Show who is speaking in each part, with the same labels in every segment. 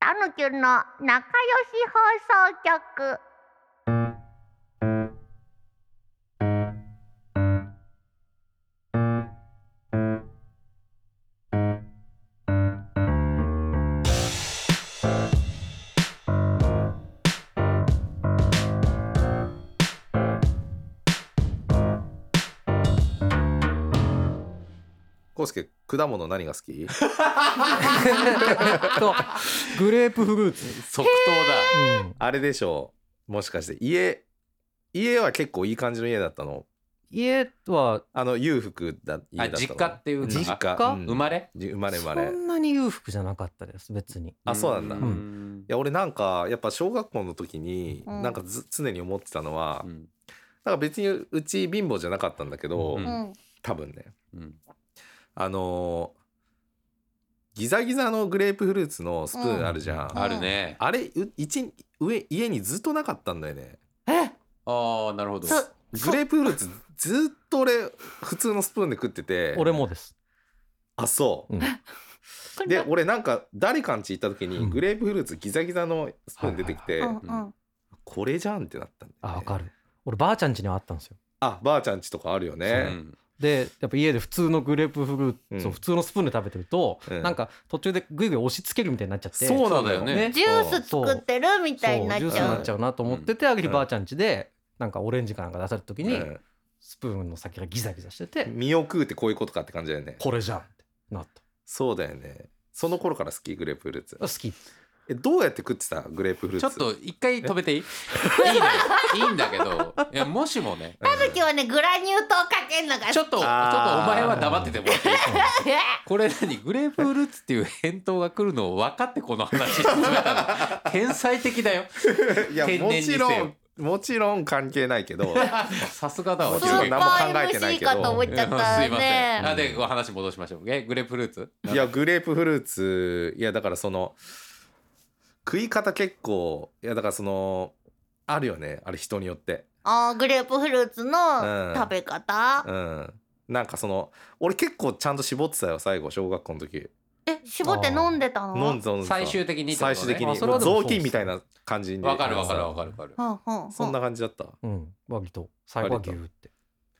Speaker 1: タヌキュンの仲良し放送局
Speaker 2: コウスケ果物何が好き
Speaker 3: とグレープフルーツ、
Speaker 4: 即答だ
Speaker 3: うん
Speaker 2: あれでしょうもしかして家家は結構いい感じの家だったの
Speaker 3: 家は
Speaker 2: あの裕福だ家だ
Speaker 4: あ
Speaker 2: ったの
Speaker 4: 実家っていうか
Speaker 2: 実家
Speaker 3: 実家
Speaker 2: うん
Speaker 4: 生まれ
Speaker 2: じ生まれ生まれ
Speaker 3: そんなに裕福じゃなかったです別に
Speaker 2: あそうなんだ
Speaker 3: うん
Speaker 2: いや俺なんかやっぱ小学校の時に
Speaker 1: うん
Speaker 2: なんかず常に思ってたのは、
Speaker 4: うん
Speaker 2: なんか別にうち貧乏じゃなかったんだけど、
Speaker 4: うん
Speaker 1: うん
Speaker 2: 多分ね
Speaker 4: うん
Speaker 2: あのーギザギザのグレープフルーツのスプーンあるじゃん、
Speaker 1: うん
Speaker 4: あるね
Speaker 2: あれう一上家にずっとなかったんだよね
Speaker 4: ああなるほど
Speaker 1: そう
Speaker 2: グレープフルーツずっと俺普通のスプーンで食ってて
Speaker 3: 俺もです
Speaker 2: あそう、
Speaker 3: うん
Speaker 2: で俺なんか誰かんち行った時にグレープフルーツギザギザのスプーン出てきて、
Speaker 1: うんうん
Speaker 2: これじゃんってなったんだよね、
Speaker 3: あわかる俺ばあちゃん家にはあったんですよ
Speaker 2: あばあちゃんちとかあるよ
Speaker 4: う
Speaker 2: ね、
Speaker 4: ん
Speaker 3: でやっぱ家で普通のグレープフルーツ
Speaker 2: う
Speaker 3: を
Speaker 2: ん
Speaker 3: 普通のスプーンで食べてると、
Speaker 2: うん
Speaker 3: なんか途中でグイグイ押し付けるみたいになっちゃって
Speaker 4: そうなんだよね
Speaker 1: ジュース作ってるみたいになっ
Speaker 3: そうジュ
Speaker 1: ち
Speaker 3: ースに
Speaker 1: ゃ
Speaker 3: なっ
Speaker 1: う
Speaker 3: ちゃうなと思ってて、ある日ばあちゃん家でなんかオレンジかなんか出された時に、
Speaker 2: うん
Speaker 3: スプーンの先がギザギザしてて、
Speaker 2: 身を食うってこういうことかって感じだよね
Speaker 3: これじゃんってなった
Speaker 2: そうだよねその頃から好きグレープフルーツ
Speaker 3: 好き
Speaker 2: えどうやって食ってたグレープフルー
Speaker 4: ちょ
Speaker 2: ツ
Speaker 4: っと一回止め ていいいいのよいいんだけどいやもしもね
Speaker 2: うん
Speaker 1: タヌキはねグラニュー糖かけんのが
Speaker 4: ちょっとちょっとお
Speaker 2: あー
Speaker 4: 前は黙っててもらっていい
Speaker 1: え
Speaker 4: これ何グレープフルーツっていう返答が来るのを分かってこの話進めたの天才的だよ
Speaker 2: いや
Speaker 4: 天然
Speaker 2: も
Speaker 4: にせ
Speaker 2: ち
Speaker 4: よ
Speaker 2: ろんもちろん関係ないけど
Speaker 4: さすがだわ
Speaker 2: も
Speaker 1: ス
Speaker 2: ちろん
Speaker 1: ー
Speaker 2: な
Speaker 1: パ
Speaker 2: んも
Speaker 1: ー
Speaker 2: 考えてないけ
Speaker 1: MC か
Speaker 2: ど
Speaker 1: と思っちゃっ
Speaker 4: うんす
Speaker 1: た
Speaker 4: いません
Speaker 1: ね
Speaker 4: あでお話戻しましょうえグレープフルーツ
Speaker 2: いやグレープフルーツいやだからその食い方結構いやだからそのあるよねあれ人によって
Speaker 1: あーグレープフルーツ
Speaker 2: う
Speaker 1: の
Speaker 2: ん
Speaker 1: 食べ方
Speaker 2: うんなんかその俺結構ちゃんと絞ってたよ最後小学校の時
Speaker 1: え絞って飲んでたの
Speaker 2: 飲んぞ飲んぞ
Speaker 4: 最終的にってことね
Speaker 2: 最終的に
Speaker 3: あそれはでもそう
Speaker 2: 雑巾みたいな感じに
Speaker 4: わかるわかるわかるわかる
Speaker 1: はんはんはん
Speaker 2: そんな感じだった
Speaker 3: うん割と最後はギューって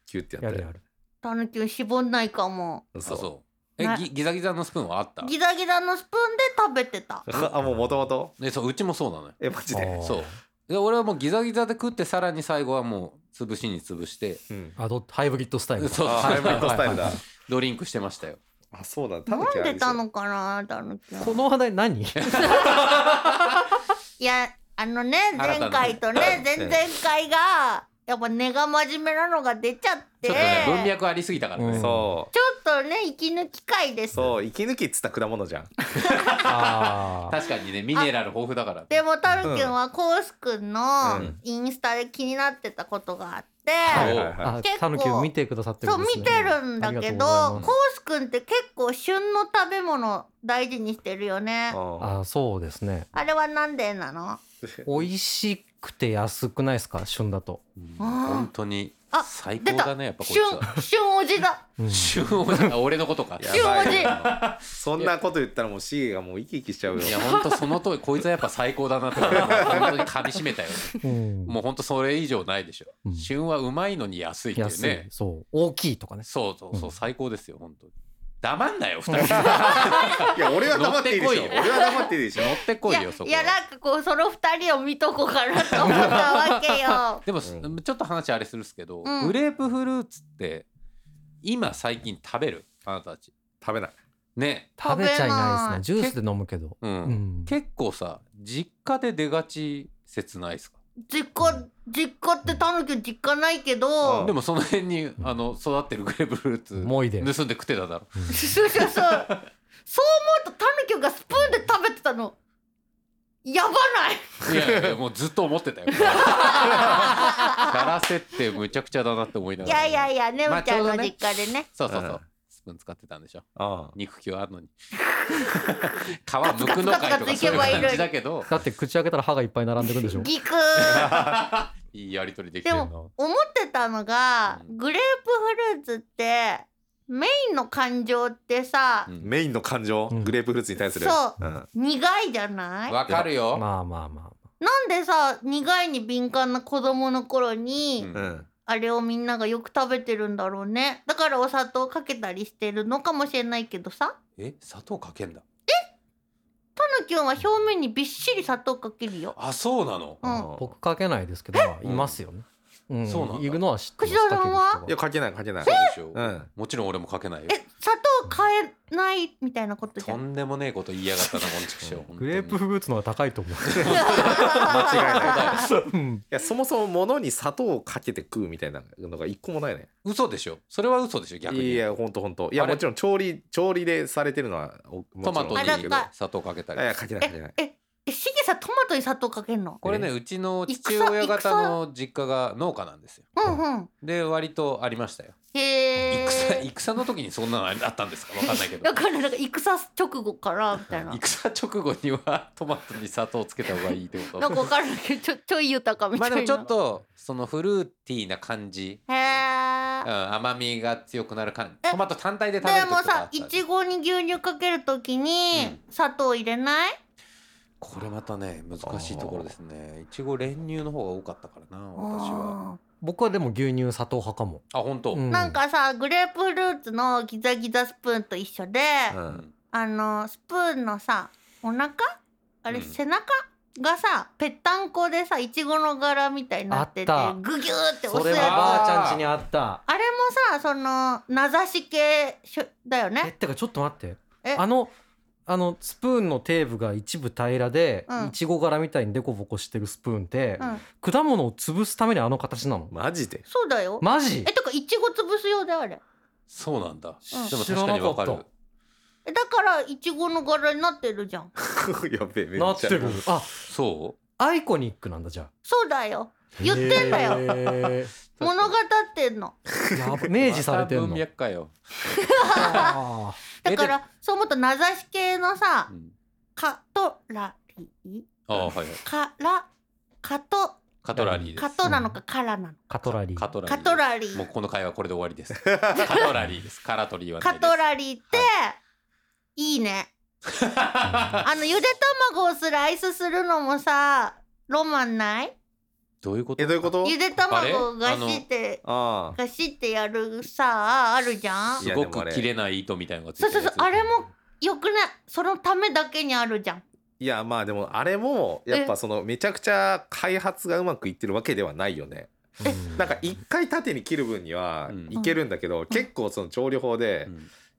Speaker 2: キュッてや
Speaker 3: や
Speaker 2: って
Speaker 3: るやる
Speaker 1: タヌキは絞んないかも
Speaker 4: あそうえ
Speaker 1: な
Speaker 4: ギギザギザのスプーンはあった
Speaker 1: ギザギザのスプーンで食べてた
Speaker 2: あもうもともと
Speaker 4: でそううちもそうなのよ
Speaker 2: えマジ
Speaker 3: あ
Speaker 2: で
Speaker 3: ー
Speaker 4: そうで俺はもうギザギザで食ってさらに最後はもう潰しに潰して
Speaker 2: うん
Speaker 3: あどハイブリッドスタイル
Speaker 4: そう
Speaker 2: あハイブリッドスタイルだ
Speaker 4: ドリンクしてましたよ
Speaker 2: あそうだタ
Speaker 1: 飲
Speaker 2: ヌキ
Speaker 1: ん
Speaker 2: あれ
Speaker 1: で
Speaker 2: しょ
Speaker 1: たのかなタヌキは
Speaker 3: この話題何
Speaker 1: いやあのね
Speaker 4: 新た
Speaker 1: 前
Speaker 4: な
Speaker 1: 回とね前々回がやっぱ根が真面目なのが出ちゃって
Speaker 4: ちょっとね文脈ありすぎたから
Speaker 3: う
Speaker 4: ね
Speaker 3: ん
Speaker 2: そう
Speaker 1: ちょっとね息抜き会です
Speaker 2: そう息抜きっつった果物じゃん
Speaker 3: あ ー
Speaker 4: 確かにねミネラル豊富だから
Speaker 1: でもたるきゅんはコウスくんの
Speaker 2: うん
Speaker 1: インスタで気になってたことがあって、
Speaker 2: はいはいはい
Speaker 3: あ
Speaker 1: 結構
Speaker 3: タヌキを見てくださって
Speaker 1: そう
Speaker 3: る
Speaker 1: ん
Speaker 3: です、ね、
Speaker 1: 見てるんだけど
Speaker 3: ありがとうござい
Speaker 1: コ
Speaker 3: ます
Speaker 1: ウスくんって結構旬の食べ物大事にしてるよね
Speaker 2: あ
Speaker 3: あそうですね
Speaker 1: あれはなんでなの
Speaker 3: 美味しくて安くないですか旬だと、
Speaker 4: うん
Speaker 1: あー
Speaker 4: 本当に
Speaker 1: あ
Speaker 4: 最高だねやっぱこいつ
Speaker 1: 旬
Speaker 4: は
Speaker 1: 旬おじ だ
Speaker 3: うん
Speaker 4: 旬王子あ俺のことか
Speaker 2: や
Speaker 1: 旬お
Speaker 2: ばい
Speaker 1: じ
Speaker 2: そんなこと言ったらもうシゲがもう生き生きしちゃうよ
Speaker 4: いや本当その通りこいつはやっぱ最高だなって本当に噛み締め たよ
Speaker 3: うん
Speaker 4: もう本当それ以上ないでしょ、
Speaker 3: うん
Speaker 4: 旬はうまいのに安いっていう
Speaker 3: 安い、
Speaker 4: ね
Speaker 3: そう大きいとかね
Speaker 4: そうそうそううん最高ですよ本当に黙んなよ 二人
Speaker 2: いや俺は黙っていいでしょ
Speaker 4: 乗ってこいよ
Speaker 2: 俺は黙っていいでしょ
Speaker 4: 乗ってこいよそ
Speaker 1: い
Speaker 4: こ
Speaker 1: や
Speaker 4: は
Speaker 1: なんかこうその二人を見とこうかなと思ったわけ よ
Speaker 4: でも、
Speaker 2: う
Speaker 4: ちょっと話あれするっすけど、
Speaker 1: うん
Speaker 4: グレープフルーツって今最近食べるあなたたち
Speaker 2: 食べない
Speaker 4: ね
Speaker 3: 食べちゃいないですね
Speaker 4: 食べない
Speaker 3: ジュースで飲むけど、
Speaker 4: うん、
Speaker 3: うん、
Speaker 4: 結構さ実家で出がち切ないっすか
Speaker 1: 実家実家ってタヌキ実家ないけど、
Speaker 2: うん
Speaker 4: でもその辺にあの育ってるグレープフルーツ
Speaker 3: もいで
Speaker 4: 盗んで食ってただろ
Speaker 1: そうそうそうそう思うとタヌキがスプーンで食べてたのやばない
Speaker 4: いやいやもうずっと思って たよキャラ設定むちゃくちゃだなって思いないがら
Speaker 1: やいやいやね
Speaker 4: まあ
Speaker 1: むちゃん
Speaker 4: ちょうど
Speaker 1: の
Speaker 4: ね
Speaker 1: 実家でね
Speaker 4: そうそうそう、
Speaker 2: うん
Speaker 4: スプーン使ってたんでしょ
Speaker 2: あ
Speaker 4: 肉球あるのに 皮むくのか
Speaker 1: ガ
Speaker 4: いとか
Speaker 1: ツガツガツガツ
Speaker 4: そういう
Speaker 1: いけばい
Speaker 4: 感じ
Speaker 1: い
Speaker 4: だけ ど
Speaker 3: だって口開けたら歯がいっぱい並んでくるでしょ
Speaker 1: ギク
Speaker 4: いいやりとりでき
Speaker 1: で
Speaker 4: てるの
Speaker 1: も思ってたのが
Speaker 4: うん
Speaker 1: グレープフルーツってメインの感情ってさ、
Speaker 4: うん
Speaker 2: メインの感情、
Speaker 3: うん
Speaker 2: グレープフルーツに対する
Speaker 1: そ
Speaker 2: うん
Speaker 1: 苦いじゃないな
Speaker 4: わかるよ、
Speaker 3: まあまあま
Speaker 1: んでさ苦いに敏感な子供の頃に、
Speaker 4: うん
Speaker 2: うん
Speaker 1: あれをみんながよく食べてるんだろうねだからお砂糖かけたりしてるのかもしれないけどさ
Speaker 4: え砂糖かけんだ
Speaker 1: たぬきゅんは表面にびっしり砂糖かけるよ
Speaker 4: あそうなの
Speaker 1: うん
Speaker 2: あ
Speaker 3: あ
Speaker 2: の
Speaker 3: 僕書けないですけどまあいますよねうん
Speaker 4: そうなんだ
Speaker 3: いるのは知ってます
Speaker 1: 藤原さんはい
Speaker 3: 書
Speaker 2: いや
Speaker 3: ける人が
Speaker 2: かけないかけない
Speaker 4: そうでしょ、
Speaker 2: うん
Speaker 4: もちろん俺もかけないよ
Speaker 1: え砂糖変えないみたいなことじゃ
Speaker 4: と
Speaker 1: ん
Speaker 4: んでもねえこと言いやがったなこの畜 生本当に
Speaker 3: グレープフルーツの方が高いと思う
Speaker 2: 間違いないい
Speaker 3: うん
Speaker 2: やそもそも物に砂糖をかけて食うみたいなのが一個もないね
Speaker 4: 嘘でしょそれは嘘でしょ逆に
Speaker 2: いやほんとほんといや
Speaker 4: あれ
Speaker 2: もちろん調理調理でされてるのはおも
Speaker 4: ト
Speaker 2: ちろ
Speaker 4: マ
Speaker 2: ん
Speaker 4: トに
Speaker 2: だけど
Speaker 1: あらか
Speaker 4: 砂糖かけた
Speaker 2: いや
Speaker 4: り
Speaker 2: かけないかけない
Speaker 1: ええ えしげさトマトに砂糖かけんの
Speaker 4: これねうちの父親方の実家が農家なんですよ
Speaker 1: うんうん
Speaker 4: で割とありましたよ
Speaker 1: へえ
Speaker 4: 戦戦の時にそんなのあったんですかわかんないけど
Speaker 1: だからなんか戦直後からみたいな
Speaker 4: 戦直後にはトマトに砂糖つけた方がいいってこ
Speaker 1: なんか
Speaker 4: と
Speaker 1: わからないけどちょち ょい豊かみた
Speaker 4: ま
Speaker 1: いな
Speaker 4: あでもちょっとそのフルーティーな感じ、
Speaker 1: へ
Speaker 4: うん、
Speaker 1: え
Speaker 4: 甘みが強くなる感
Speaker 1: え
Speaker 4: じトマト単体で食べる
Speaker 1: で
Speaker 4: ってこ
Speaker 1: も
Speaker 4: とはあ
Speaker 1: さ
Speaker 4: った
Speaker 1: いちごに牛乳かけるときに砂糖入れない、
Speaker 4: これまたね難しいところですねいちご練乳の方が多かったからな私は
Speaker 1: あ
Speaker 3: 僕はでも牛乳砂糖派かも
Speaker 4: あ本当、
Speaker 3: うん
Speaker 1: ーなんかさグレープフルーツのギザギザスプーンと一緒で、
Speaker 2: う
Speaker 4: うんん
Speaker 1: あのスプーンのさお腹あれ、
Speaker 4: うん
Speaker 1: 背中がさぺったんこでさいちごの柄みたいになってて
Speaker 3: あった
Speaker 1: グギューって
Speaker 3: そ
Speaker 1: 押す
Speaker 3: れ
Speaker 1: や
Speaker 3: は
Speaker 1: つ
Speaker 3: ば
Speaker 1: あ
Speaker 3: あちゃん家にあった
Speaker 1: れもさその名指し系しょだよ
Speaker 3: えっ
Speaker 1: ね
Speaker 3: てかちょっと待って
Speaker 1: え
Speaker 3: あのあのスプーンのテーブが一部平らで、
Speaker 1: うん
Speaker 3: いちご柄みたいにデコボコしてるスプーンって
Speaker 1: う、ん
Speaker 3: 果物を潰すためにあの形なの、
Speaker 2: マジで
Speaker 1: そうだよ
Speaker 3: マジ
Speaker 1: えとかいちご潰すようであれ
Speaker 4: そうなんだ、
Speaker 1: うん
Speaker 4: でも確かにわかる
Speaker 1: えだからいちごの柄になってるじゃん
Speaker 2: やべえめっちゃ
Speaker 3: なってるあ
Speaker 4: そ
Speaker 3: アイコニックなんだじゃあ
Speaker 1: そうだよ言ってんだよ
Speaker 3: よ
Speaker 4: う
Speaker 1: 物語ってんの
Speaker 3: やば明示されてん
Speaker 4: また文
Speaker 3: の
Speaker 4: 脈かよ、
Speaker 3: あ
Speaker 1: だか
Speaker 4: え
Speaker 1: らそう思うと名指し系のさ
Speaker 4: うん
Speaker 1: カトラリー
Speaker 4: ああはいはい
Speaker 1: からカト
Speaker 4: カトラリーです
Speaker 1: カトなのかカラなの
Speaker 3: ーカトラリ
Speaker 4: カ
Speaker 3: ー
Speaker 4: トラリー
Speaker 1: カトラリー
Speaker 4: もうこの会話これで終わ りですカトラリーですカラトリーはない
Speaker 1: カ
Speaker 4: です
Speaker 1: トラリーって、い、いねあのゆで卵をスライスするのもさロマンない
Speaker 4: どういうこと
Speaker 2: えどういうこと
Speaker 1: ゆで卵がして
Speaker 2: ああ
Speaker 1: がしてやるさあるじゃん
Speaker 2: い
Speaker 4: す
Speaker 2: や
Speaker 4: ご
Speaker 2: でもあ
Speaker 4: く
Speaker 2: れ
Speaker 4: 切れない糸みたいのがつい
Speaker 1: そう
Speaker 4: て
Speaker 1: そう
Speaker 4: る
Speaker 1: そ
Speaker 4: や
Speaker 1: うあ
Speaker 4: つ
Speaker 1: れもよくないそのためだけにあるじゃん
Speaker 2: いやまあでもあれもやっぱそのめちゃくちゃ開発がうまくいってるわけではないよね
Speaker 3: うん
Speaker 2: なんか一回縦に切る分には
Speaker 4: うん
Speaker 2: いけるんだけど、結構その調理法で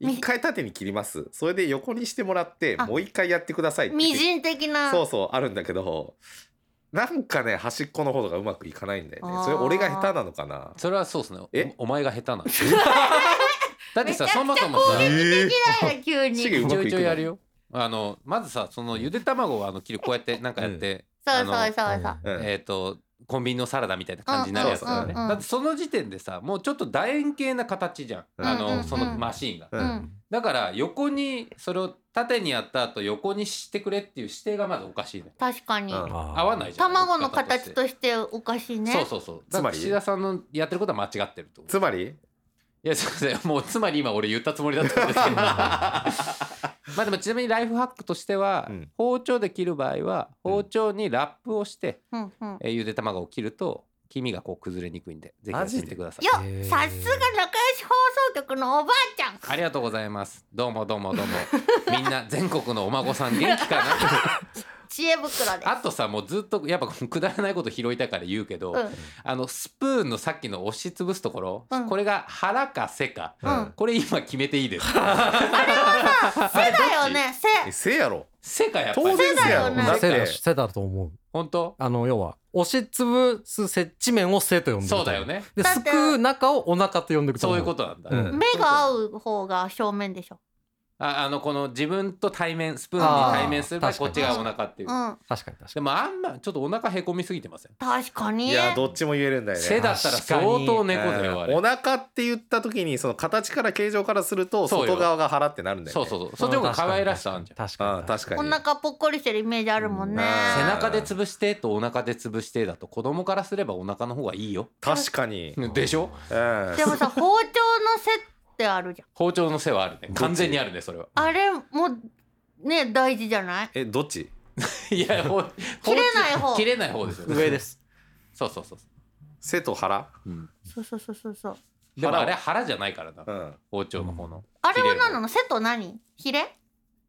Speaker 4: うん
Speaker 2: 一回縦に切りますそれで横にしてもらって
Speaker 1: あ
Speaker 2: もう一回やってくださいって
Speaker 1: 微人的な
Speaker 2: そうそうあるんだけどなんかね端っこの方がうまくいかないんだよ
Speaker 1: あー
Speaker 2: ねそれ俺が下手なのかな
Speaker 4: それはそうですね
Speaker 2: え
Speaker 4: おお前が下手なのだって
Speaker 1: めち
Speaker 4: さ
Speaker 1: ゃくちゃ
Speaker 4: そもそも
Speaker 1: 攻
Speaker 4: さ
Speaker 1: 撃
Speaker 2: え
Speaker 1: 嫌いな急に
Speaker 2: シ
Speaker 1: そ
Speaker 2: ゲ
Speaker 1: う
Speaker 2: う
Speaker 4: ち
Speaker 2: まく
Speaker 4: ょい
Speaker 2: い
Speaker 4: ちょ
Speaker 2: く
Speaker 4: い
Speaker 2: の
Speaker 4: やるよあのまずさそのゆで卵をあの切るこうやってなんかやって
Speaker 1: そ
Speaker 4: あ
Speaker 1: う
Speaker 4: の
Speaker 1: そうそう
Speaker 2: うん
Speaker 4: えっとコンビニのサラダみたいな感じになるやつだよ
Speaker 1: う
Speaker 4: ね
Speaker 1: んうんうん
Speaker 4: だってその時点でさもうちょっと楕円形な形じゃん
Speaker 2: うん
Speaker 4: あ
Speaker 1: うんうんう
Speaker 4: の
Speaker 1: ん
Speaker 4: そのマシーンが
Speaker 2: う
Speaker 1: うんん
Speaker 4: だから横にそれを縦にやった後横にしてくれっていう指定がまずおかしいね
Speaker 1: 確かに
Speaker 2: うん
Speaker 3: あー
Speaker 4: 合わないじゃん
Speaker 1: 卵の形
Speaker 4: して
Speaker 1: としておかしいね
Speaker 4: そうそうそう
Speaker 2: つ
Speaker 4: だか
Speaker 2: ま
Speaker 4: ら
Speaker 2: り
Speaker 4: 岸田さんのやってることは間違ってると
Speaker 2: つまり
Speaker 4: いやすいませんもうつまり今俺言ったつもりだったんですけどまあでもちなみにライフハックとしては、
Speaker 2: うん
Speaker 4: 包丁で切る場合は包丁にラップをして、
Speaker 1: うんうん
Speaker 4: えーゆで卵を切ると黄身がこう崩れにくいんでぜひやってみてください
Speaker 1: よ
Speaker 3: へー
Speaker 1: さすが仲良し放送局のおばあちゃん
Speaker 4: ありがとうございますどうもどうも どうもみんな全国のお孫さん元気かな
Speaker 1: 知恵袋です
Speaker 4: あとさもうずっとやっぱくだらないこと拾いたから言うけど、
Speaker 1: うん
Speaker 4: あのスプーンのさっきの押しつぶすところ、
Speaker 1: うん
Speaker 4: これが腹か背か、
Speaker 1: うん
Speaker 4: これ今決めてい いです
Speaker 1: 背だよね背
Speaker 2: えせやろ
Speaker 4: 背かやっぱ
Speaker 2: 当
Speaker 4: り
Speaker 2: 然せや
Speaker 1: そう
Speaker 2: ろ
Speaker 1: だよね
Speaker 2: だっ
Speaker 3: せだ
Speaker 2: て
Speaker 3: せだと思う
Speaker 4: 本当
Speaker 3: あの要は押しつぶす接地面を背と呼んでる
Speaker 4: そうだよね
Speaker 3: で
Speaker 1: だって
Speaker 3: すくう中をお腹と呼んでる
Speaker 4: そういうこととなんだ、
Speaker 3: うん
Speaker 1: 目が合う方が正面でしょ
Speaker 4: ああのこの自分と対面スプーンに対面する場合
Speaker 3: あー
Speaker 4: こっちがお腹っていう、
Speaker 1: うん
Speaker 3: 思う確かに確か
Speaker 4: でもあんまちょっとお腹へこみすぎてません
Speaker 1: 確か
Speaker 2: い
Speaker 1: に
Speaker 2: やどっちも言えるんだよね
Speaker 4: 背だったら相当猫だよあ
Speaker 2: うん
Speaker 4: れ
Speaker 2: お腹って言った時にその形から形状からすると
Speaker 4: そうよ
Speaker 2: 外側が腹ってなるんだよ
Speaker 4: そ
Speaker 2: ね
Speaker 4: うそうそう
Speaker 3: に
Speaker 4: そっちの方が可愛らしさあんじゃん
Speaker 3: 確
Speaker 2: あ
Speaker 3: か
Speaker 2: あ
Speaker 3: に
Speaker 2: 確か
Speaker 1: お
Speaker 2: に
Speaker 1: 腹ぽっこりしてるイメージあるもんね
Speaker 2: うん
Speaker 4: 背
Speaker 2: な
Speaker 4: 中で潰してとお腹で潰してだと子供 からすればお腹の方がいいよ
Speaker 2: 確かに、うん、
Speaker 4: でしょ
Speaker 1: でもさ包丁の背ってあるじゃん
Speaker 4: 包丁の背はあるね完全にあるねそれは
Speaker 1: あれもね大事じゃない
Speaker 2: えどっち
Speaker 4: いやほう
Speaker 1: 切れない
Speaker 4: 包
Speaker 1: 方
Speaker 4: 丁切れない方ですよね
Speaker 3: 上です
Speaker 4: そうそうそうそ
Speaker 2: 背と腹
Speaker 4: う、うん、
Speaker 1: そうそうそうそうそう
Speaker 4: でもあれ腹じゃないからな
Speaker 2: うん
Speaker 4: 包丁の方の、
Speaker 1: あれは何なの瀬戸何ヒレ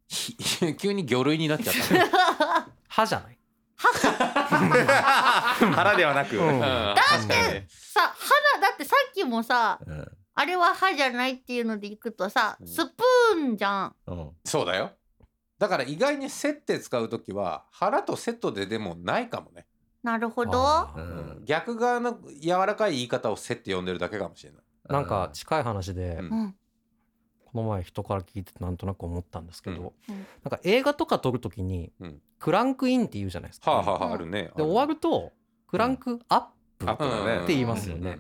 Speaker 4: ひ 急に魚類になっち ゃったね、
Speaker 3: 歯じゃない
Speaker 2: 腹ではなく、
Speaker 3: うん
Speaker 4: うん
Speaker 3: だ
Speaker 4: 確かにね
Speaker 1: さ歯だだってさっきもさ
Speaker 2: うん
Speaker 1: あれは歯じゃないっていうのでいくとさスプーンじゃん
Speaker 2: うん
Speaker 4: そうだよだから意外に「背」って使う時は腹と「セットででもないかもね、
Speaker 1: なるほど
Speaker 3: あ
Speaker 2: う
Speaker 3: ー
Speaker 2: ん
Speaker 4: 逆側の柔らかい言い方を「背」って呼んでるだけかもしれない
Speaker 3: なんか近い話で
Speaker 4: うん
Speaker 1: うん
Speaker 3: この前人から聞いててなんとなく思ったんですけど
Speaker 1: うんうん
Speaker 3: なんか映画とか撮るときに
Speaker 4: うん
Speaker 3: クランクインって言うじゃないです
Speaker 4: はあ、
Speaker 3: か
Speaker 4: は
Speaker 1: うん
Speaker 4: あ、あるね
Speaker 3: で終わるとクランクアップ
Speaker 2: アップだね
Speaker 3: って言いますよね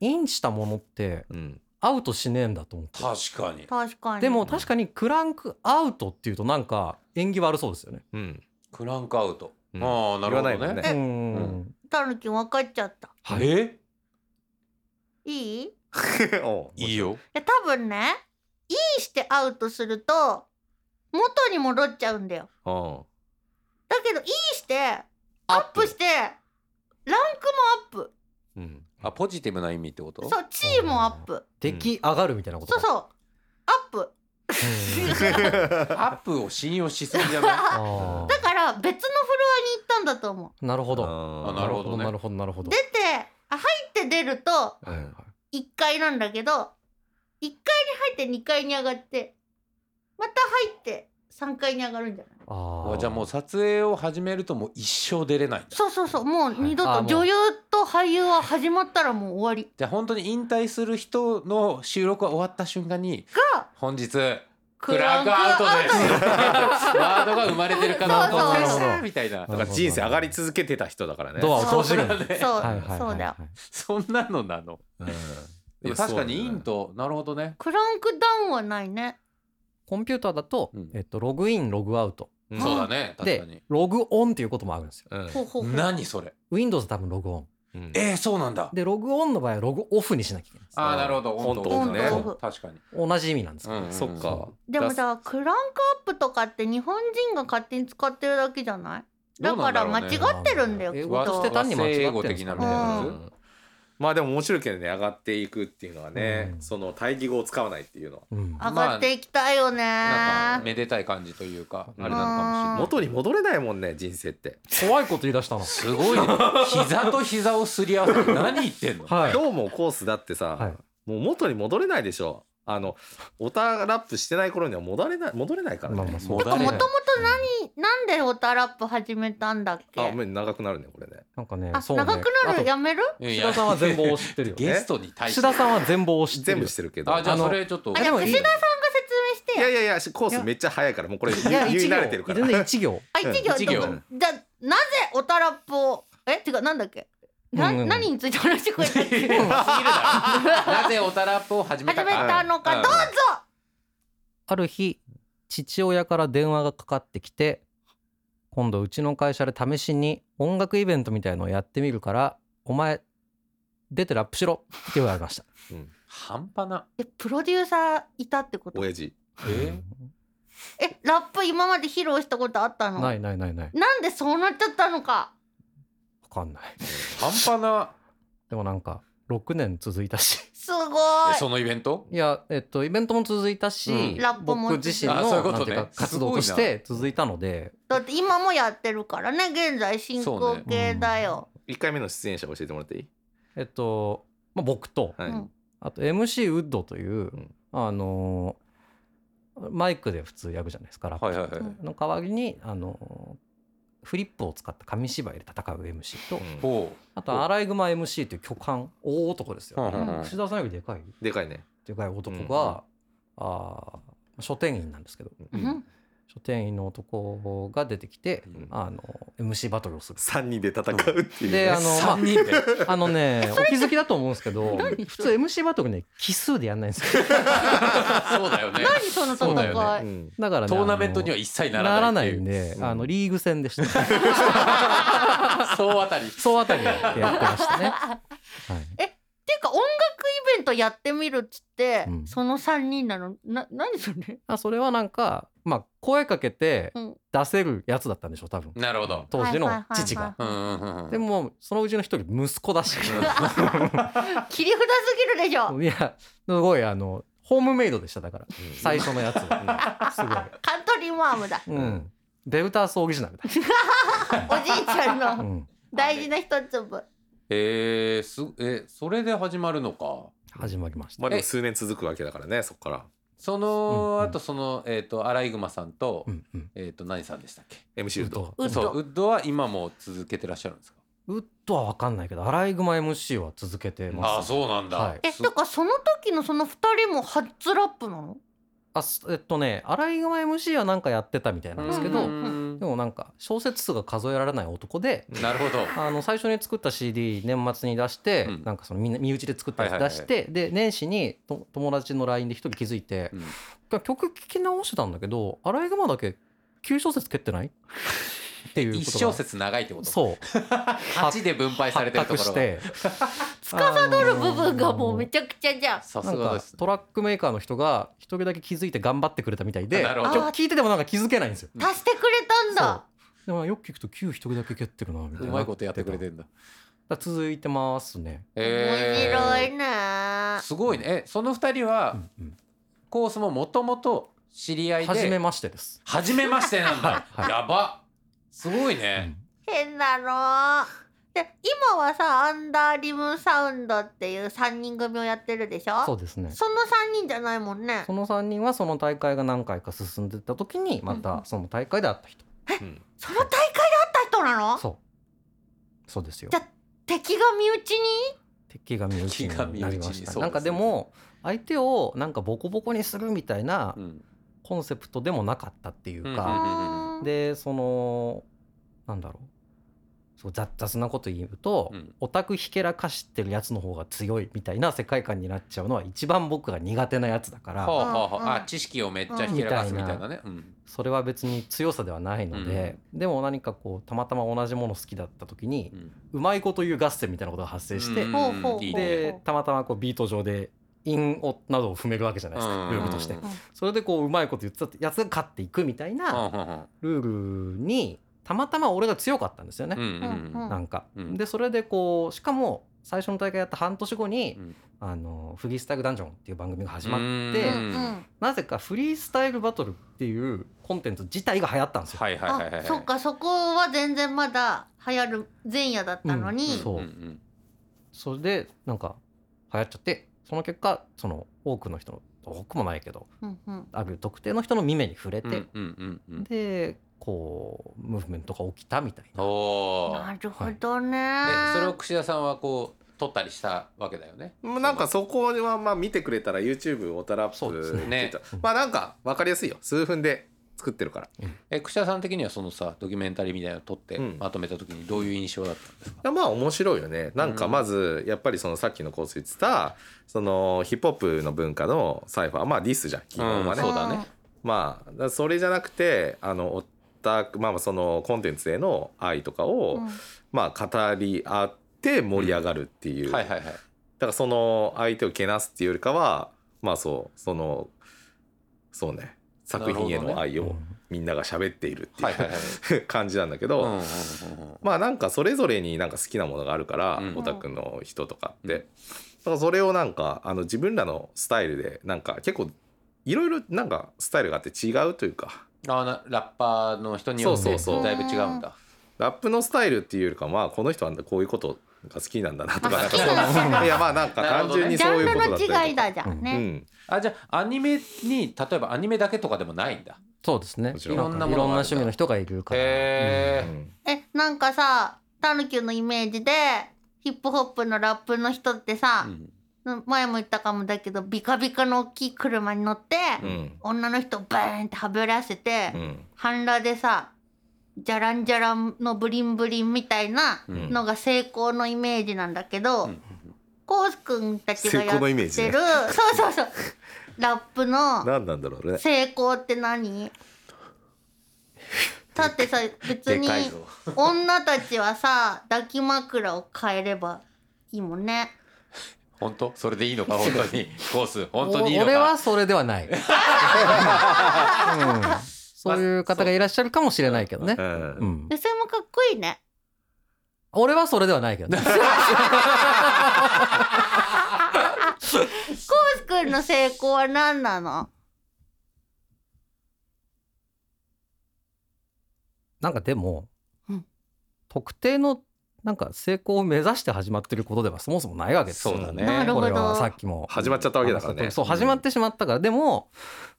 Speaker 3: インしたものって
Speaker 2: うん
Speaker 3: アウトしねえんだと思って
Speaker 4: 確かに
Speaker 1: 確かに
Speaker 3: でも確かにクランクアウトっていうとなんか縁起悪そうですよね
Speaker 2: うん
Speaker 4: クランクアウト、
Speaker 2: うん
Speaker 4: ああなるほど
Speaker 2: 言わないもん
Speaker 4: ね
Speaker 2: ねえ
Speaker 3: うん
Speaker 4: うん
Speaker 1: たぬき分かっちゃった
Speaker 3: はい
Speaker 4: え
Speaker 1: いいい
Speaker 2: おう
Speaker 4: いいよ
Speaker 1: や多分ねインしてアウトすると元に戻っちゃうんだよ
Speaker 2: うん
Speaker 1: だけどインしてアップしてランクもアップ
Speaker 2: うん
Speaker 4: あポジティブな意味ってこと
Speaker 1: そう地位もアップ
Speaker 3: 出来上がるみたいなこと
Speaker 1: そうそうアップ
Speaker 4: アップを信用しすぎじゃない
Speaker 3: あ
Speaker 1: だから別のフロアに行ったんだと思う
Speaker 3: ーなるほど
Speaker 2: あ
Speaker 4: あ
Speaker 2: ー
Speaker 4: なるほどね
Speaker 3: なるほどなるほど
Speaker 1: 出てあ入って出ると
Speaker 2: はいはい
Speaker 1: 1階なんだけど1階に入って2階に上がってまた入って3階に上がるんじゃない
Speaker 3: あ
Speaker 4: あ
Speaker 3: ー
Speaker 4: じゃあもう撮影を始めるともう一生出れないんだ
Speaker 1: そうそうそうもう二度
Speaker 3: あ
Speaker 1: と
Speaker 3: もう
Speaker 1: 女優と俳優は始まったらもう終わり
Speaker 4: じゃあ本当に引退する人の収録が終わった瞬間に
Speaker 1: が
Speaker 4: 本日クランクアウ
Speaker 1: ク
Speaker 4: ト
Speaker 1: ラン
Speaker 4: ですワードが生まれてるかなと思
Speaker 1: そう
Speaker 4: い
Speaker 1: そうそう
Speaker 4: ましたみたい
Speaker 2: だ
Speaker 4: な
Speaker 2: から人生上がり続けてた人だからね
Speaker 3: ドアを
Speaker 1: そう
Speaker 3: 閉じるんだ
Speaker 4: そうだね
Speaker 1: そう、
Speaker 3: はいはいはいはい
Speaker 1: そうだよ
Speaker 4: そんなのなの
Speaker 2: うん
Speaker 4: いや確かにインとなるほどね
Speaker 1: クランクダウンはないね
Speaker 3: コンピューターだと
Speaker 4: うん
Speaker 3: えっとログインログアウト
Speaker 2: うん
Speaker 4: そうだね確かに
Speaker 3: でログオンっていうこともあるんですよ
Speaker 2: う
Speaker 1: ほ
Speaker 2: ん
Speaker 1: うほうほう
Speaker 4: 何それ
Speaker 3: Windows 多分ログオン
Speaker 2: うん
Speaker 4: えー、そうなんだ
Speaker 3: でログオンの場合はログオフにしなきゃいけないんです
Speaker 4: ああなるほど
Speaker 2: オンとオ
Speaker 1: フね
Speaker 4: オンとオフ確かに、
Speaker 3: 同じ意味なんですけど
Speaker 4: うんうん
Speaker 2: そっか
Speaker 1: でもさクランクアップとかって日本人が勝手に使ってるだけじゃないだから間違ってるんだよきっ
Speaker 3: 英
Speaker 1: と
Speaker 3: 語として単に間違ってるん
Speaker 4: 和製英語
Speaker 3: で
Speaker 4: 的
Speaker 3: す
Speaker 4: な
Speaker 3: か
Speaker 4: みたい
Speaker 3: ね
Speaker 4: な
Speaker 2: う
Speaker 4: や
Speaker 2: ん
Speaker 4: つ、
Speaker 2: まあでも面白いけどね上がっていくっていうのはね、
Speaker 3: うん
Speaker 2: その対義語を使わないっていうのは
Speaker 3: うん
Speaker 1: 上がっていきたいよね、
Speaker 4: なんかめでたい感じというかあれなのかもし
Speaker 2: 元に戻れないもんね人生って、
Speaker 3: 怖いこと言い出したの
Speaker 4: れないすごいね膝と膝をすり合わせ て何言ってんの
Speaker 3: はい
Speaker 2: 今日もコースだってさ、
Speaker 3: はい
Speaker 2: もう元に戻れないでしょあのオタラップしてない頃には戻れない戻れないからね、
Speaker 3: まあまあそう
Speaker 4: て
Speaker 1: て
Speaker 4: か
Speaker 1: かもともと
Speaker 3: ね
Speaker 1: 何なんでオタラップ始めたんだっけ
Speaker 2: あごめん長くなるねこれね
Speaker 3: なんかね
Speaker 1: あ
Speaker 3: そうね
Speaker 1: 長くな
Speaker 3: あ
Speaker 1: る
Speaker 3: と
Speaker 1: やめる
Speaker 4: い
Speaker 3: 志
Speaker 4: や
Speaker 3: 田さんは全貌を知ってるよ
Speaker 4: ゲストに対し
Speaker 3: 志
Speaker 4: て
Speaker 3: 田さんは全貌を知っ
Speaker 2: 全
Speaker 3: てる
Speaker 2: 部
Speaker 3: よ
Speaker 2: してるけど
Speaker 4: あじゃあ
Speaker 3: あの
Speaker 4: それちょっと
Speaker 1: あじゃあ
Speaker 3: でもいい
Speaker 1: 串田さんが説明して
Speaker 2: い
Speaker 1: よ
Speaker 2: やいやいやコースめっちゃ早いからもうこれ言う
Speaker 3: いや
Speaker 2: 言い
Speaker 3: 一
Speaker 2: 慣れてるか
Speaker 3: 行
Speaker 2: ら
Speaker 3: 全然一行
Speaker 1: あ一行
Speaker 4: 一行
Speaker 1: どこじゃあなぜオタラップをえ違うなんだっけな、
Speaker 3: うんうん
Speaker 1: 何について話してくれたっけ
Speaker 4: すぎるだろ なぜおたらっぽを始め
Speaker 1: 始
Speaker 4: た
Speaker 1: め
Speaker 4: か
Speaker 1: たの
Speaker 4: う
Speaker 1: か
Speaker 4: ん
Speaker 1: どうぞ、
Speaker 3: ある日父親から電話がかかってきて今度うちの会社で試しに音楽イベントみたいのをやってみるからお前出てラップしろって言われました、
Speaker 4: 半端な
Speaker 1: えプロデューサーいたってこと
Speaker 2: 親父
Speaker 4: え
Speaker 1: えラップ今まで披露したことあったの
Speaker 3: ないないないない
Speaker 1: なんでそうなっちゃったのか
Speaker 3: わかんない
Speaker 4: 半端な
Speaker 3: でもなんか6年続いたし
Speaker 1: すごい
Speaker 4: えそのイベント
Speaker 3: いやえっとイベントも続いたし、
Speaker 4: うん
Speaker 1: ラップも
Speaker 3: 僕自身の
Speaker 4: あそういうことね
Speaker 3: なんていうか活動とし
Speaker 4: すごい
Speaker 3: て続いたので
Speaker 1: だって今もやってるからね現在進行形だよ、
Speaker 2: 1回目の出演者教えてもらっていい、
Speaker 3: えっと、まあ、僕と
Speaker 2: はい
Speaker 1: うん
Speaker 3: あと MC ウッドという、
Speaker 2: ん
Speaker 3: あのーマイクで普通やるじゃないですかラップ
Speaker 4: はいはいはい、
Speaker 1: うん
Speaker 3: の代わりにあのフリップを使った紙芝居で戦う MC と、
Speaker 2: うん
Speaker 4: ほ
Speaker 3: あとアライグマ MC という巨漢大男です
Speaker 4: う、は
Speaker 3: よ、
Speaker 4: んはんはん
Speaker 3: 串田さんよりでかい
Speaker 2: でかいね
Speaker 3: でかい男が、あー書店員なんですけど
Speaker 1: う
Speaker 2: うん
Speaker 1: ん
Speaker 3: 書店員の男が出てきて、
Speaker 2: うん
Speaker 3: あの MC バトルをする。
Speaker 2: 3人で戦うっていう、ね
Speaker 3: であのまあ
Speaker 4: 3人で
Speaker 3: あのね、お気づきだと思うんですけど、普通 MC バトルね、奇数でやんないんですよ。
Speaker 4: そうだよね
Speaker 1: 何その戦
Speaker 4: そうだよ
Speaker 1: い、
Speaker 2: うん
Speaker 3: だからね、
Speaker 4: トーナメントに
Speaker 3: は
Speaker 4: は一切な
Speaker 3: な
Speaker 4: ら
Speaker 3: ら
Speaker 4: な
Speaker 3: ないい
Speaker 4: ってい
Speaker 3: ん
Speaker 4: う
Speaker 3: で
Speaker 2: う、ん
Speaker 3: あの、リーグ戦でした。
Speaker 4: そうあたり
Speaker 3: そうあたりでやってましたね。はい。
Speaker 1: っていうか音楽イベンントやってみるっつって、
Speaker 3: うん
Speaker 1: その3人なのな何それ
Speaker 3: あそれはなんか、まあ、声かけて
Speaker 1: うん
Speaker 3: 出せるやつだったんでしょ多分
Speaker 4: なるほど。
Speaker 3: 当時の父が。
Speaker 4: うんうんうんうん
Speaker 3: でもそのうちの一人息子だし
Speaker 1: 切り札すぎるでしょ
Speaker 3: いやすごいあのホームメイドでしただから最初のやつす
Speaker 1: カントリーマームだ
Speaker 3: ごい、うん、デルタースオリジナルだ、
Speaker 1: おじいちゃん
Speaker 3: う
Speaker 1: の
Speaker 3: ん、
Speaker 1: 大事な一粒
Speaker 4: えー、すえそれで始まるのか。
Speaker 3: 始まりました
Speaker 2: まあでも数年続くわけだからねそっから
Speaker 4: そ
Speaker 3: うんうん
Speaker 4: の後その、えっ、とアライグマさんと、
Speaker 3: うんうん
Speaker 4: えっ、と何さんでしたっけ。
Speaker 2: MC ウッド
Speaker 3: と
Speaker 1: ウッド
Speaker 4: そうウッドは今も続けてらっしゃるんですか。
Speaker 3: ウッドは分かんないけどアライグマ MC は続けてます
Speaker 4: ああそうなんだ。
Speaker 3: はい
Speaker 1: え
Speaker 4: す
Speaker 1: だからその時のその2人も初ラップなの
Speaker 3: あすえっとねアライグマ MC はなんかやってたみたいなんですけ
Speaker 1: う
Speaker 3: ど
Speaker 1: ん
Speaker 3: でもなんか小説数が数えられない男で
Speaker 4: なるほど。
Speaker 3: あの最初に作った CD 年末に出して、
Speaker 4: うん
Speaker 3: なんかそのみんな身内で作ったや
Speaker 4: は
Speaker 3: つ
Speaker 4: いは
Speaker 3: 出
Speaker 4: いはい
Speaker 3: して、で年始にと友達の LINE で一人気づいて、
Speaker 4: うん
Speaker 3: 曲聴き直してたんだけど「アライグマ」だけ9小節蹴ってないっていうこと
Speaker 4: 一
Speaker 3: が
Speaker 4: 小節長いってこと。
Speaker 3: そう
Speaker 4: 八で分配されてるところ
Speaker 3: 発
Speaker 4: が。
Speaker 3: 覚して
Speaker 1: ある部分がもうめちゃくちゃじゃん
Speaker 4: さ
Speaker 3: な
Speaker 4: す
Speaker 3: ん
Speaker 4: が
Speaker 3: か
Speaker 4: です、ね。
Speaker 3: トラックメーカーの人が一人だけ気づいて頑張ってくれたみたいで
Speaker 4: なるほ
Speaker 1: ど
Speaker 3: 曲聴いててもなんか気づけないんですよ。
Speaker 1: 足してくれたんだ
Speaker 3: でもよく聞くと9一人だけ蹴ってるなみたいな
Speaker 4: うまいことやってくれて
Speaker 3: だか
Speaker 4: んだ。
Speaker 3: ら続いてますね。
Speaker 1: 面白い
Speaker 4: え
Speaker 1: な
Speaker 4: ーすごいね。えその二人は、
Speaker 3: うんうん
Speaker 4: コースももともと知り合いで。
Speaker 3: 初めましてです。
Speaker 4: 初めましてなんだ。
Speaker 3: はい
Speaker 4: やば。すごいね。
Speaker 1: 変だろで今はさアンダーリムサウンドっていう3人組をやってるでしょ
Speaker 3: そうですね。
Speaker 1: その3人じゃないもんね
Speaker 3: その3人はその大会が何回か進んでった時にま
Speaker 1: うんう
Speaker 3: たその大会で会った人。
Speaker 2: うん
Speaker 1: その大会で会った人なの
Speaker 3: そう。そうですよ
Speaker 1: じゃ。敵が身内に
Speaker 3: 敵が身内になりま
Speaker 4: 敵が身内
Speaker 3: し
Speaker 4: に
Speaker 3: た。
Speaker 4: そう
Speaker 3: なんかでも相手をなんかボコボコにするみたいな
Speaker 4: うん
Speaker 3: コンセプトでもなかったっていう
Speaker 4: うん
Speaker 3: か、
Speaker 4: うん
Speaker 3: でそのなんだろうそう雑雑なこと言うと、
Speaker 4: うん
Speaker 3: オタクひけらかしてるやつの方が強いみたいな世界観になっちゃうのは一番僕が苦手なやつだか
Speaker 4: は
Speaker 3: ら、
Speaker 4: あはあはあ
Speaker 1: うん
Speaker 4: あ知識をめっちゃひけらかすみたいなね。うん
Speaker 3: それは別に強さではないので、でも何かこうたまたま同じもの好きだった時に、うまいこと言う合戦みたいなことが発生して、
Speaker 4: うん
Speaker 1: ほうほうほう
Speaker 4: いいね
Speaker 3: でたまたまこうビート上で韻をなどを踏めるわけじゃないですか、
Speaker 4: うん
Speaker 3: ルールとして
Speaker 4: うん
Speaker 3: それでこううまいこと言ってたやつが勝っていくみたいなルールにたまたま俺が強かったんですよね
Speaker 4: うんう、んうんうん
Speaker 3: なんか、
Speaker 4: うん
Speaker 3: でそれでこうしかも最初の大会やった半年後に、
Speaker 4: うん
Speaker 3: あのフリースタイルダンジョンっていう番組が始まって、
Speaker 4: う
Speaker 1: うん
Speaker 4: ん
Speaker 1: うん
Speaker 3: なぜかフリースタイルバトルっていうコンテンツ自体が流行ったんですよ。
Speaker 4: はいはいはいは
Speaker 1: あ
Speaker 4: い。
Speaker 1: そっかそこは全然まだ流行る前夜だったの
Speaker 4: うん
Speaker 1: に、
Speaker 3: そうん
Speaker 4: ん
Speaker 3: それでなんか流行っちゃってその結果その多くの人の多くもないけど
Speaker 1: うんうん
Speaker 3: ある特定の人の耳目に触れ
Speaker 4: う
Speaker 3: て
Speaker 4: ん、うんうんうん。
Speaker 3: でこうムーブメントが起きたみたいな。
Speaker 4: おお。
Speaker 1: な
Speaker 4: で
Speaker 1: るほどね、
Speaker 4: それを櫛田さんはこう取ったりしたわけだよね。
Speaker 2: まあなんかそこはまあ見てくれたら YouTube オタラップ
Speaker 3: そうですね
Speaker 2: って言ったらまあなんか分かりやすいよ数分で作ってるから
Speaker 4: え櫛田さん的にはそのさドキュメンタリーみたいなのを撮って
Speaker 2: うん
Speaker 4: まとめた時にどういう印象だったんですか。
Speaker 2: いやまあ面白いよねなんかまずやっぱりそのさっきのコース言ってたそのヒップホップの文化のサイファーまあディスじゃん基本はね、
Speaker 4: うんそうだね
Speaker 2: まあだからそれじゃなくてあのオタクまあまあそのコンテンツへの愛とか
Speaker 1: う
Speaker 2: を、
Speaker 1: ん
Speaker 2: まあ語り合って盛り上がるっていう、
Speaker 4: はいはいはい。
Speaker 2: だからその相手をけなすっていうよりかはまあそうそのそうね作品へ
Speaker 4: なるほ
Speaker 2: の
Speaker 4: どね
Speaker 2: 愛
Speaker 3: う
Speaker 2: を
Speaker 3: ん
Speaker 2: みんなが喋っているっていう、
Speaker 4: はいはいはい。
Speaker 2: 感じなんだけど、
Speaker 4: うんうんうんうん
Speaker 2: まあなんかそれぞれになんか好きなものがあるから、
Speaker 4: うん
Speaker 2: オタクの人とかって、
Speaker 4: うん
Speaker 2: だからそれをなんかあの自分らのスタイルでなんか結構いろいろなんかスタイルがあって違うというか
Speaker 4: あなラッパーの人によって
Speaker 2: そうそうそう
Speaker 4: だいぶ違うんだ。
Speaker 2: ラップのスタイルっていうよりかまあこの人はこういうことが好きなんだなとか
Speaker 1: あ
Speaker 2: なんか
Speaker 1: 好 きなんだ
Speaker 2: そういやまあなんか単純に
Speaker 1: ジ
Speaker 2: そ
Speaker 1: ャ
Speaker 2: う
Speaker 1: ン
Speaker 2: いう
Speaker 1: ル
Speaker 2: ことだったりとか
Speaker 1: の違いだじゃん
Speaker 2: う
Speaker 1: ね、
Speaker 2: ん、
Speaker 4: あじゃあアニメに例えばアニメだけとかでもないんだ。
Speaker 3: そうですね
Speaker 2: もち
Speaker 3: い
Speaker 2: ろん
Speaker 3: ろんないい
Speaker 4: ろ
Speaker 3: ろん
Speaker 4: んな
Speaker 3: な
Speaker 4: 趣
Speaker 3: 趣味
Speaker 4: 味の
Speaker 3: の人がいるから。
Speaker 4: へえ。
Speaker 1: えなんかさタヌキのイメージでヒップホップのラップの人ってさ、前も言ったかもだけどビカビカの大きい車に乗って、
Speaker 2: うんうん
Speaker 1: 女の人をバーンってはべらせて、
Speaker 2: うん
Speaker 1: 半裸でさじゃらんじゃらんのブリンブリンみたいな
Speaker 4: うん
Speaker 1: のが成功のイメージなんだけど、
Speaker 4: うん
Speaker 1: コースくんたちがや
Speaker 2: 成
Speaker 1: っ
Speaker 2: 功のイメ
Speaker 1: て
Speaker 2: ー
Speaker 1: る
Speaker 2: ジね
Speaker 1: そうそうそうラップの
Speaker 2: 何なんだろうね
Speaker 1: 成功って 何だってさ別
Speaker 4: で
Speaker 1: に
Speaker 4: かいぞ。
Speaker 1: 女たちはさ抱き枕を変えればいいもんね
Speaker 4: 本当それでいいのか本当にコース本当にいい
Speaker 3: お
Speaker 4: のか
Speaker 3: 俺はそれで はない、うんそういう方がいらっしゃるかもしれないけどね、
Speaker 2: うん
Speaker 3: う。ん、
Speaker 1: 女性もかっこいいね
Speaker 3: 俺はそれではないけどね
Speaker 1: コース君の成功は何なの
Speaker 3: なんかでも、
Speaker 1: うん
Speaker 3: 特定のなんか成功を目指して始まってることではそもそもないわけですよ
Speaker 2: そうだね
Speaker 1: なるほ
Speaker 3: こ
Speaker 1: ど
Speaker 3: れはさっきも
Speaker 2: 始まっちゃったわけだからね
Speaker 3: そう始まってしまったから、でも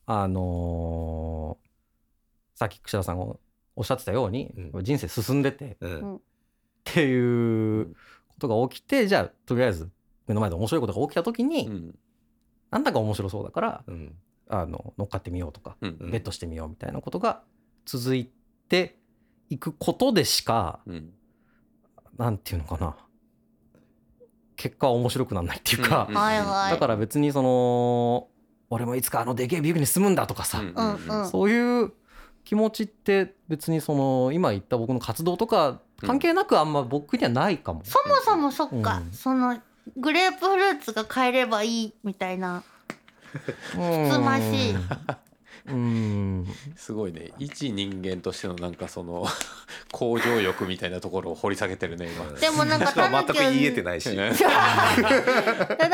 Speaker 3: あのーさっき櫛田さんがおっしゃってたように、
Speaker 2: う
Speaker 3: 人生進んでてっ
Speaker 2: うん
Speaker 3: ていうことが起きてじゃあとりあえず目の前で面白いことが起きた時に、
Speaker 2: うん
Speaker 3: なんだか面白そうだから
Speaker 2: うん
Speaker 3: あの乗っかってみようとか、
Speaker 4: うん
Speaker 3: ベットしてみようみたいなことが続いていくことでしか
Speaker 4: うん
Speaker 3: なんていうのかな結果は面白くならないっていうか、
Speaker 4: うん
Speaker 1: はいはい
Speaker 3: だから別にその俺もいつかあのでけえビルに住むんだとかさ、
Speaker 4: うん
Speaker 1: うんうん
Speaker 3: そういう気持ちって別にその今言った僕の活動とか関係なくあんま僕にはないかも、
Speaker 1: そもそもそっか、
Speaker 3: うん
Speaker 1: そのグレープフルーツが買えればいいみたい な
Speaker 3: うん
Speaker 1: つましい
Speaker 3: うん
Speaker 4: すごいね一人間としてのなんかその 向上欲みたいなところを掘り下げてるね今
Speaker 1: でもなんか
Speaker 2: しかも
Speaker 1: タヌ
Speaker 2: 全
Speaker 1: キ
Speaker 2: く
Speaker 1: ュン
Speaker 2: 言えてないし。
Speaker 1: でなんかタ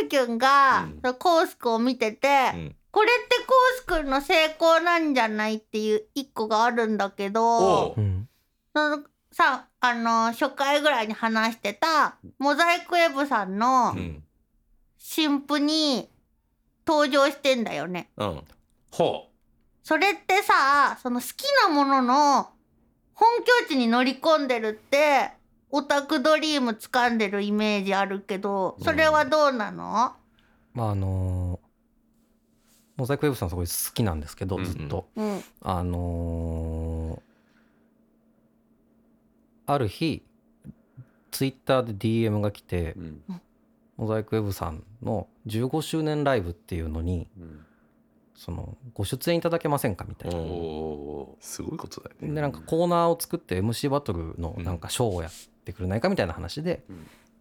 Speaker 1: ヌキュンが、
Speaker 2: うん
Speaker 1: そのコース君を見てて、
Speaker 2: うん
Speaker 1: これってコース君の成功なんじゃないっていう一個があるんだけど
Speaker 4: お
Speaker 3: う
Speaker 4: うん
Speaker 1: そのさあの初回ぐらいに話してたモザイクウェブさんの
Speaker 2: うん
Speaker 1: 新婦に登場してんだよね。
Speaker 2: うん
Speaker 4: ほ
Speaker 1: それってさその好きなものの本拠地に乗り込んでるってオタクドリーム掴んでるイメージあるけどそれはどうなの、
Speaker 3: まああのモザイクウェブさんすごい好きなんですけど
Speaker 4: うんうん
Speaker 3: ずっと、
Speaker 1: うん
Speaker 3: あのーある日ツイッターで DM が来て
Speaker 4: う、うん
Speaker 3: モザイクウェブさんの15周年ライブっていうのに
Speaker 4: うん
Speaker 3: そのご出演いただけませんかみたいな、
Speaker 2: うん
Speaker 4: おー
Speaker 2: すごいことだよ
Speaker 3: で
Speaker 2: ね。
Speaker 3: なんかコーナーを作って MC バトルのなんかショーをやってくれないかみたいな話で、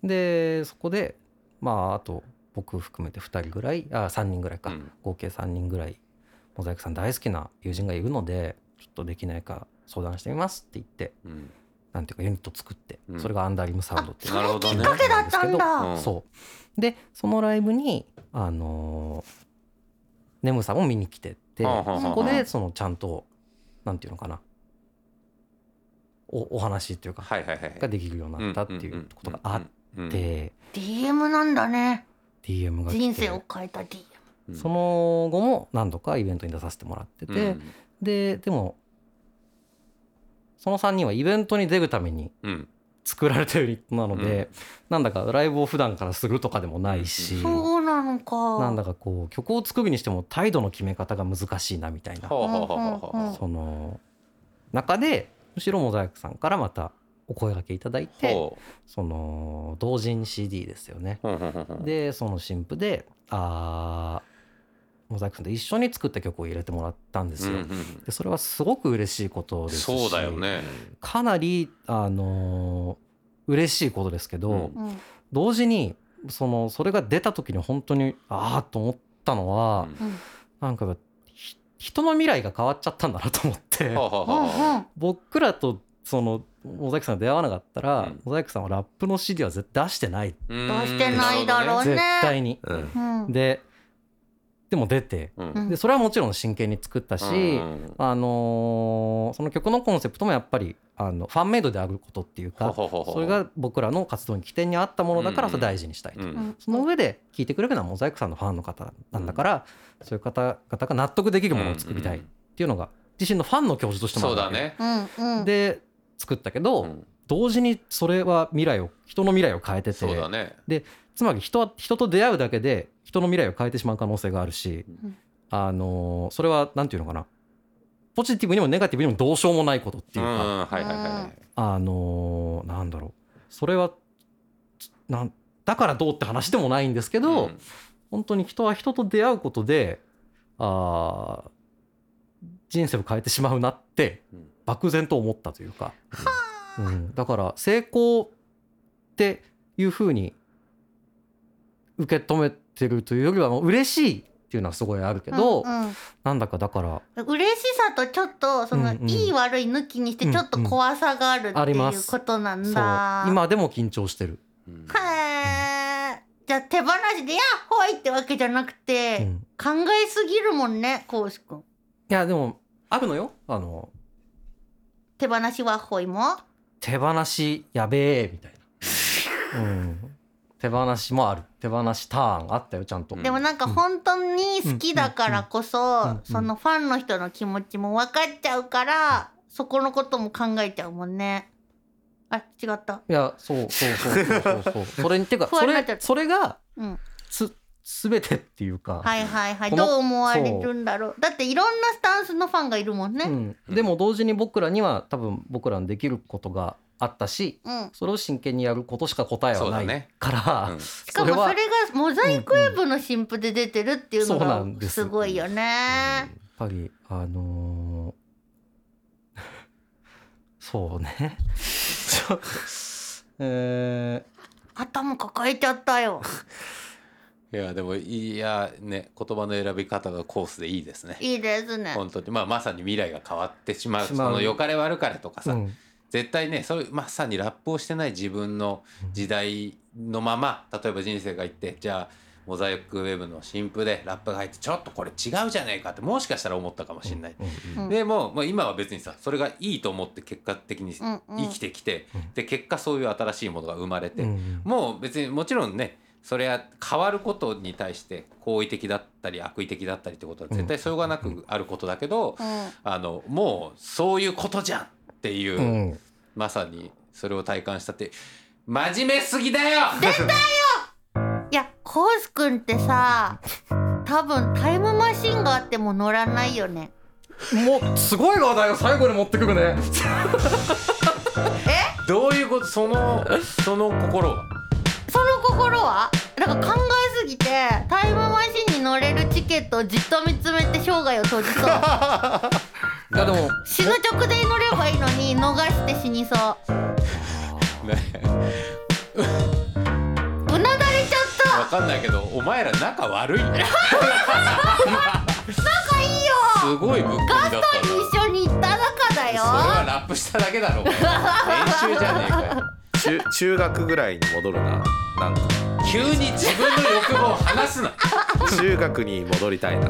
Speaker 3: でそこでまああと僕含めて2人ぐらいあ3人ぐらいか、
Speaker 4: うん
Speaker 3: 合計3人ぐらいモザイクさん大好きな友人がいるのでちょっとできないか相談してみますって言って
Speaker 4: うん
Speaker 3: なんていうかユニット作って、
Speaker 4: うん
Speaker 3: それがアンダーリムサウンドっていう
Speaker 4: なるほどね
Speaker 1: きっかけだったんだ、
Speaker 4: うん
Speaker 3: そうでそのライブにあのーネムさんも見に来てて
Speaker 4: はあはあはあ
Speaker 3: そこでそのちゃんとなんていうのかなおお話っていうか
Speaker 4: はいはいはい
Speaker 3: ができるようになったっていうことがあっ
Speaker 4: うん
Speaker 3: て
Speaker 1: DM なんだね
Speaker 3: DM が来て
Speaker 1: 人生を変えた DM
Speaker 4: うん
Speaker 3: その後も何度かイベントに出させてもらってて、
Speaker 4: うん
Speaker 3: ででもその3人はイベントに出るために
Speaker 4: うん
Speaker 3: 作られてるユニットなので、
Speaker 4: うん
Speaker 3: なんだかライブを普段からするとかでもないし、
Speaker 4: うん
Speaker 1: そうなのか
Speaker 3: なんだかこう曲を作るにしても態度の決め方が難しいなみたいな
Speaker 4: ほうほうほうほうほ
Speaker 1: う
Speaker 4: う
Speaker 1: んうんうん
Speaker 3: その中でむしろモザイクさんからまたお声がけいただいて
Speaker 4: ほ
Speaker 3: その同人 CD ですよね
Speaker 4: うほうほうほうほう
Speaker 3: でその新婦であーモザイクさんと一緒に作った曲を入れてもらったんです
Speaker 4: うん
Speaker 3: よ。
Speaker 4: うん
Speaker 3: でそれはすごく嬉しいことですし
Speaker 4: そうだよね
Speaker 3: かなりあのー嬉しいことですけど、
Speaker 4: うん
Speaker 1: うん
Speaker 3: 同時にそのそれが出た時に本当にああと思ったのは、
Speaker 4: うん
Speaker 1: うん
Speaker 3: なんかひ人の未来が変わっちゃったんだなと思 って
Speaker 4: ほうほう
Speaker 1: う
Speaker 4: ほうほうん
Speaker 1: うん
Speaker 3: 僕らとそのモザイクさんが出会わなかったら、
Speaker 4: うん
Speaker 3: モザイクさんはラップの CD は絶対出してない、
Speaker 4: うん
Speaker 1: どうしてないだろうね
Speaker 3: 絶対に。
Speaker 2: うん
Speaker 1: うん
Speaker 3: ででも出て
Speaker 4: うん
Speaker 1: うん
Speaker 3: でそれはもちろん真剣に作ったし、
Speaker 4: うん
Speaker 3: あのーその曲のコンセプトもやっぱりあのファンメイドであることっていう
Speaker 4: ほう
Speaker 3: か
Speaker 4: ほうほうほう
Speaker 3: それが僕らの活動に起点にあったものだから
Speaker 4: うん
Speaker 3: それ大事にしたいと。
Speaker 4: うん
Speaker 1: うん
Speaker 3: その上で聞いてくれるのはモザイクさんのファンの方なんだから、そういう方々が納得できるものを作りたいっていうのが自身のファンの教授としてもあ
Speaker 4: そ
Speaker 3: る
Speaker 4: う
Speaker 3: わ
Speaker 4: だ
Speaker 3: け
Speaker 4: ね
Speaker 1: うんうん
Speaker 3: で作ったけど、
Speaker 4: うん
Speaker 3: 同時にそれは未来を人の未来を変えて
Speaker 4: そう
Speaker 3: て、
Speaker 4: だね
Speaker 3: つまり人は人と出会うだけで人の未来を変えてしまう可能性があるし、
Speaker 1: うん
Speaker 3: あのーそれはなんていうのかなポジティブにもネガティブにもどうしようもないことっていう
Speaker 4: うん
Speaker 3: か、
Speaker 4: うんはいはいはいはい
Speaker 3: あのーなんだろうそれはなんだからどうって話でもないんですけど、
Speaker 4: うん
Speaker 3: 本当に人は人と出会うことであー人生を変えてしまうなって
Speaker 4: うん
Speaker 3: 漠然と思ったというか、うんだから成功っていうふうに受け止めてるというよりはもう嬉しいっていうのはすごいあるけど、
Speaker 1: うんうん
Speaker 3: なんだかだから
Speaker 1: 嬉しさとちょっとその、
Speaker 3: うんうん
Speaker 1: いい悪い抜きにしてちょっと怖さがあるって
Speaker 3: あり
Speaker 1: い
Speaker 3: ま
Speaker 1: う
Speaker 3: す
Speaker 1: ことな
Speaker 3: そうん
Speaker 1: だ。
Speaker 3: 今でも緊張してる、
Speaker 4: うん
Speaker 1: へえ。じゃあ手放しで「やっほい!」ってわけじゃなく
Speaker 3: う
Speaker 1: て、
Speaker 3: ん
Speaker 1: 考えすぎるもんねこうしくん。
Speaker 3: いやでもあるのよあの
Speaker 1: 手放しはほいも。
Speaker 3: 手放しやべえみたいな、うん、手放しもある手放しターンあったよちゃんと、
Speaker 4: うん
Speaker 1: でもなんか本当に好きだからこ
Speaker 3: うんうんうん
Speaker 1: そ
Speaker 3: うん
Speaker 1: そのファンの人の気持ちも分かっちゃうからそこのことも考えちゃうもんね。あ違った。
Speaker 3: いやそうそうそうそうそうそうそれにてか
Speaker 1: 不安
Speaker 3: そ
Speaker 1: になっちゃ
Speaker 3: れ
Speaker 1: った
Speaker 3: それが
Speaker 1: うん
Speaker 3: す全てっていうか、
Speaker 1: はいはいはい
Speaker 3: この
Speaker 1: どう思われるんだろうだっていろんなスタンスのファンがいるもんね。う
Speaker 3: うんん、でも同時に僕らには多分僕らのできることがあったしそれを真剣にやることしか答え
Speaker 4: そ
Speaker 3: は
Speaker 4: うだ
Speaker 3: ない
Speaker 4: ね
Speaker 3: から、
Speaker 4: うん
Speaker 1: しかもそれがモザイクウェブの新譜で出てるっていうの
Speaker 3: そうな
Speaker 1: が
Speaker 3: んです
Speaker 1: すごいよね。
Speaker 3: やっぱりあのー そうね ちょえ
Speaker 1: 頭抱えちゃったよ。
Speaker 4: いやでもいやね言葉の選び方がコースでいいですね
Speaker 1: いいですね。
Speaker 4: 本当にまあまさに未来が変わってしまう
Speaker 3: し
Speaker 4: そ
Speaker 3: まう
Speaker 4: の良かれ悪かれとか
Speaker 3: ー
Speaker 4: さ、
Speaker 3: うん
Speaker 4: 絶対ねそういうまさにラップをしてない自分の時代のまま例えば人生がいってじゃあモザイクウェブの新譜でラップが入ってちょっとこれ違うじゃないかってもしかしたら思ったかもしれない。
Speaker 3: うん
Speaker 1: うん
Speaker 4: でも、まあ、今は別にさそれがいいと思って結果的に
Speaker 1: うんうん
Speaker 4: 生きてきて、
Speaker 3: うん
Speaker 4: で結果そういう新しいものが生まれて、
Speaker 3: うん
Speaker 4: もう別にもちろんねそれは変わることに対して好意的だったり悪意的だったりってことは絶対そよがなくあることだけど、
Speaker 1: うん
Speaker 4: あのもうそういうことじゃんっていう、
Speaker 3: うん
Speaker 4: まさにそれを体感したって真面目すぎだよ
Speaker 1: いやコウスくんってさ多分タイムマシンがあっても乗らないよね。
Speaker 3: もうすごい話題を最後に持ってくるね
Speaker 4: どういうことそのその心は
Speaker 1: その心はなんか考えすぎてタイムマシンに乗れるチケットをじっと見つめて生涯を閉じそう。
Speaker 3: いやでも
Speaker 1: 死ぬ直前に乗ればいいのに逃して死にそう。
Speaker 4: ね
Speaker 1: うなだれちゃ
Speaker 4: わ
Speaker 1: っ
Speaker 4: かんないけどお前ら仲悪いね
Speaker 1: た仲いいよ
Speaker 4: すごいぶっ込みだったな
Speaker 1: 一緒に行った仲だ
Speaker 4: それ
Speaker 1: よ
Speaker 4: はラップしただけだろお前練習じゃねえかよ
Speaker 2: 中中学ぐらいに戻るななんか
Speaker 4: 急に自分の欲望を話すな
Speaker 2: 中学に戻りたいな